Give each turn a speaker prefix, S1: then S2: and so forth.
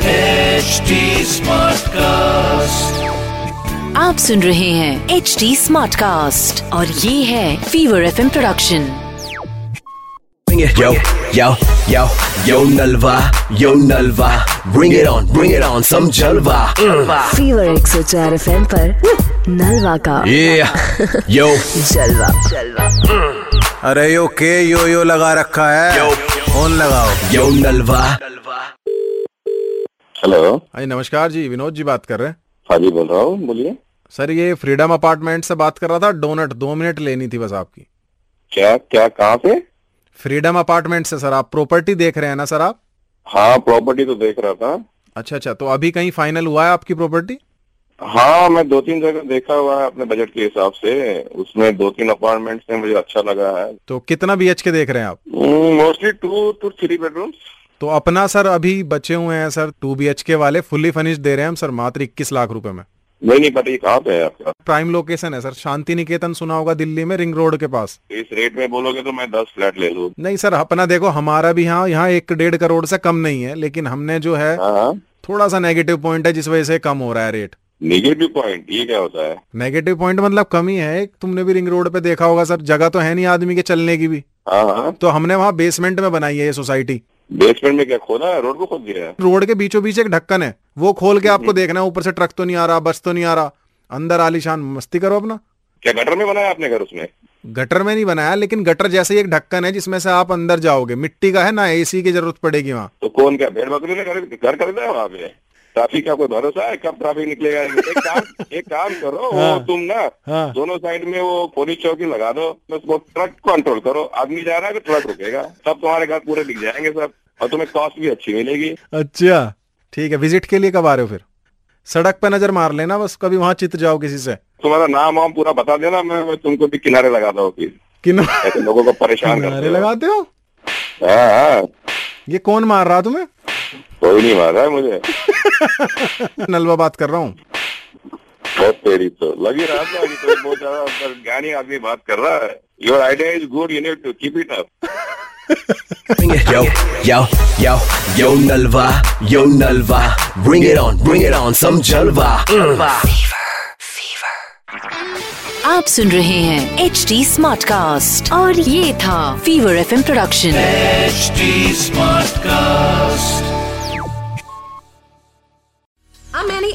S1: HD Smartcast.
S2: आप सुन रहे हैं एच डी स्मार्ट कास्ट और ये है fever F production
S3: Bring it, yo, yo, yo, yo Nalva, yo Nalva. Bring it on, bring it on, some Jalva. Mm.
S2: Fever एक सौ चार एफ एम नलवा का
S3: Yeah, yo,
S2: जलवा
S4: अरे यो के यो यो लगा रखा है
S3: Yo.
S4: फोन लगाओ
S3: yo Nalva.
S5: हेलो
S4: अरे नमस्कार जी विनोद जी बात कर रहे हैं
S5: हाँ जी बोल रहा हूँ बोलिए
S4: सर ये फ्रीडम अपार्टमेंट से बात कर रहा था डोनट दो मिनट लेनी थी बस आपकी
S5: क्या क्या कहाँ से
S4: फ्रीडम अपार्टमेंट से सर आप प्रॉपर्टी देख रहे हैं ना सर आप
S5: हाँ प्रॉपर्टी तो देख रहा था
S4: अच्छा अच्छा तो अभी कहीं फाइनल हुआ है आपकी प्रॉपर्टी
S5: हाँ मैं दो तीन जगह देखा हुआ है अपने बजट के हिसाब से उसमें दो तीन अपार्टमेंट्स में मुझे अच्छा लगा है हम्म,
S4: तो कितना बी के देख रहे हैं आप
S5: mostly two two three bedrooms
S4: तो अपना सर अभी बचे हुए हैं सर टू बी के वाले फुल्ली फर्निश्ड दे रहे हैं हम सर मात्र इक्कीस लाख रुपए में
S5: नहीं नहीं पता ये कहाँ पे है आपका
S4: प्राइम लोकेशन है सर शांति निकेतन सुना होगा दिल्ली में रिंग रोड के पास
S5: इस रेट में बोलोगे तो मैं दस फ्लैट ले लूँ
S4: नहीं सर अपना देखो हमारा भी यहाँ यहाँ एक डेढ़ करोड़ से कम नहीं है लेकिन हमने जो है
S5: हाँ
S4: थोड़ा सा नेगेटिव पॉइंट है जिस वजह से कम हो रहा है रेट
S5: निगेटिव पॉइंट ये क्या होता है
S4: नेगेटिव पॉइंट मतलब कम ही है एक तुमने भी रिंग रोड पे देखा होगा सर जगह तो है नहीं आदमी के चलने की भी
S5: हाँ हाँ
S4: तो हमने वहाँ बेसमेंट में बनाई है ये सोसाइटी
S5: बेसमेंट में क्या खोदा है रोड को खोद दिया है
S4: रोड के बीचों बीच एक ढक्कन है वो खोल के आपको देखना है ऊपर से ट्रक तो नहीं आ रहा बस तो नहीं आ रहा अंदर आलीशान मस्ती करो अपना
S5: क्या गटर में बनाया आपने घर उसमें
S4: गटर में नहीं बनाया लेकिन गटर जैसे ही एक ढक्कन है जिसमें से आप अंदर जाओगे मिट्टी का है ना एसी की जरूरत पड़ेगी वहाँ
S5: तो कौन क्या भेड़ बकरी ने घर घर खरीदा है वहाँ पे ट्रैफिक का कोई भरोसा है कब ट्रैफिक निकलेगा एक काम एक काम करो वो तुम ना
S4: हाँ।
S5: दोनों साइड में वो पुलिस चौकी लगा दो तो बस वो ट्रक कंट्रोल करो आदमी जा रहा है तो ट्रक रुकेगा सब तुम्हारे घर पूरे दिख जाएंगे सब और तुम्हें कॉस्ट भी अच्छी मिलेगी
S4: अच्छा ठीक है विजिट के लिए कब आ रहे हो फिर सड़क पे नजर मार लेना बस कभी वहां चित जाओ किसी से
S5: तुम्हारा नाम वाम पूरा बता देना मैं मैं तुमको भी किनारे लगाता हूँ फिर
S4: किनारे
S5: ऐसे लोगों को परेशान करते हो।
S4: लगाते हो
S5: हाँ हाँ
S4: ये कौन मार रहा तुम्हें
S5: कोई नहीं मार रहा है मुझे
S4: नलवा बात कर रहा हूँ
S5: बहुत तेरी तो लग ही रहा था कि कोई बहुत ज्यादा पर ज्ञानी आदमी बात कर रहा है your idea is good you need to keep it up
S3: Bring it, yo, yo, yo, yo Nalva, yo Nalva. Bring it on, bring it on, some Jalva. Mm.
S2: आप सुन रहे हैं एच डी स्मार्ट कास्ट और ये था fever F production
S1: HD Smartcast.
S6: I'm Annie